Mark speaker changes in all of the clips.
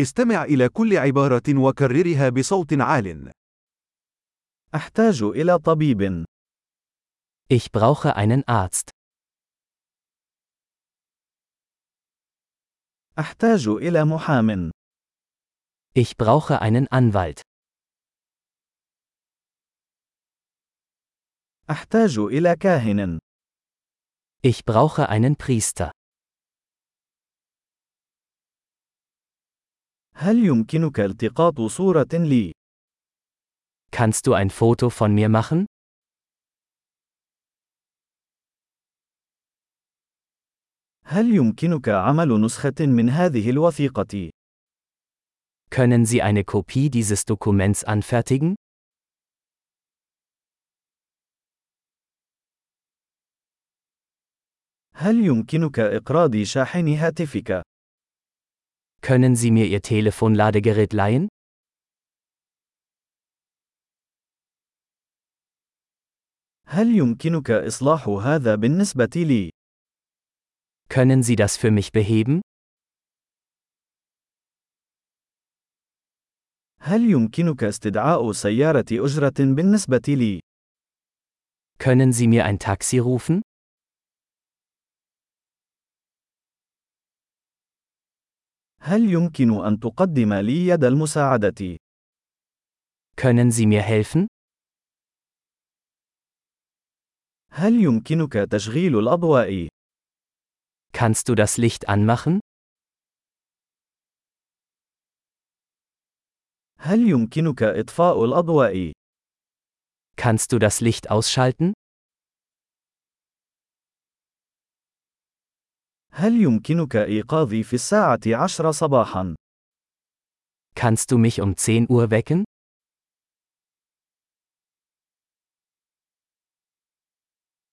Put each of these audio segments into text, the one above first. Speaker 1: استمع إلى كل عبارة وكررها بصوت عال.
Speaker 2: أحتاج إلى طبيب.
Speaker 3: Ich brauche einen Arzt.
Speaker 2: أحتاج إلى محام.
Speaker 3: Ich brauche einen Anwalt.
Speaker 2: أحتاج إلى كاهن.
Speaker 3: Ich brauche einen Priester.
Speaker 2: هل يمكنك التقاط صورة لي؟
Speaker 3: Kannst du ein Foto von mir machen?
Speaker 2: هل يمكنك عمل نسخة من هذه الوثيقة؟
Speaker 3: Können Sie eine Kopie dieses Dokuments anfertigen?
Speaker 2: هل يمكنك إقراض شاحن هاتفك؟
Speaker 3: Können Sie mir Ihr Telefonladegerät leihen?
Speaker 2: هل يمكنك إصلاح هذا بالنسبة لي؟
Speaker 3: Können Sie das für mich beheben?
Speaker 2: هل يمكنك استدعاء سيارة أجرة بالنسبة لي؟
Speaker 3: Können Sie mir ein Taxi rufen?
Speaker 2: هل يمكن أن تقدم لي يد المساعدة؟
Speaker 3: Können Sie mir helfen?
Speaker 2: هل يمكنك تشغيل الأضواء؟
Speaker 3: Kannst du das Licht anmachen?
Speaker 2: هل يمكنك إطفاء الأضواء؟
Speaker 3: Kannst du das Licht ausschalten?
Speaker 2: هل يمكنك إيقاظي في الساعة عشر صباحاً؟
Speaker 3: Kannst du mich um 10 Uhr wecken?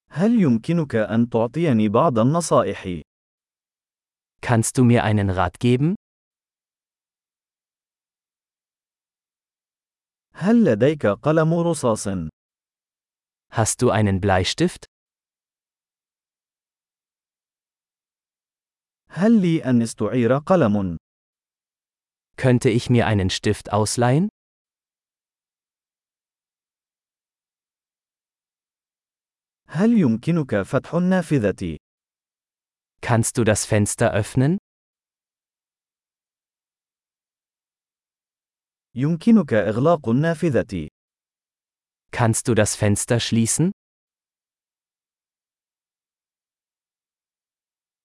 Speaker 2: هل يمكنك أن تعطيني بعض النصائح؟
Speaker 3: Kannst du mir einen Rat geben?
Speaker 2: هل لديك قلم رصاص؟
Speaker 3: Hast du einen Bleistift?
Speaker 2: هل لي أن استعير قلم؟
Speaker 3: Könnte ich mir einen Stift ausleihen?
Speaker 2: هل يمكنك فتح النافذة؟
Speaker 3: Kannst du das Fenster öffnen?
Speaker 2: يمكنك إغلاق النافذة.
Speaker 3: Kannst du das Fenster schließen?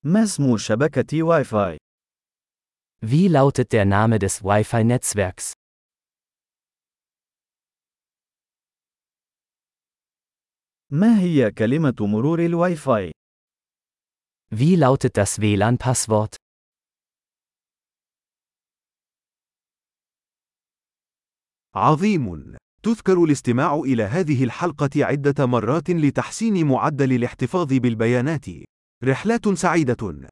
Speaker 2: ما اسم شبكة واي فاي؟
Speaker 3: Wie lautet der Name des Wi-Fi-Netzwerks?
Speaker 2: ما هي كلمة مرور الواي فاي؟
Speaker 3: Wie lautet das WLAN-Passwort?
Speaker 1: عظيم! تذكر الاستماع إلى هذه الحلقة عدة مرات لتحسين معدل الاحتفاظ بالبيانات. رحلات سعيدة!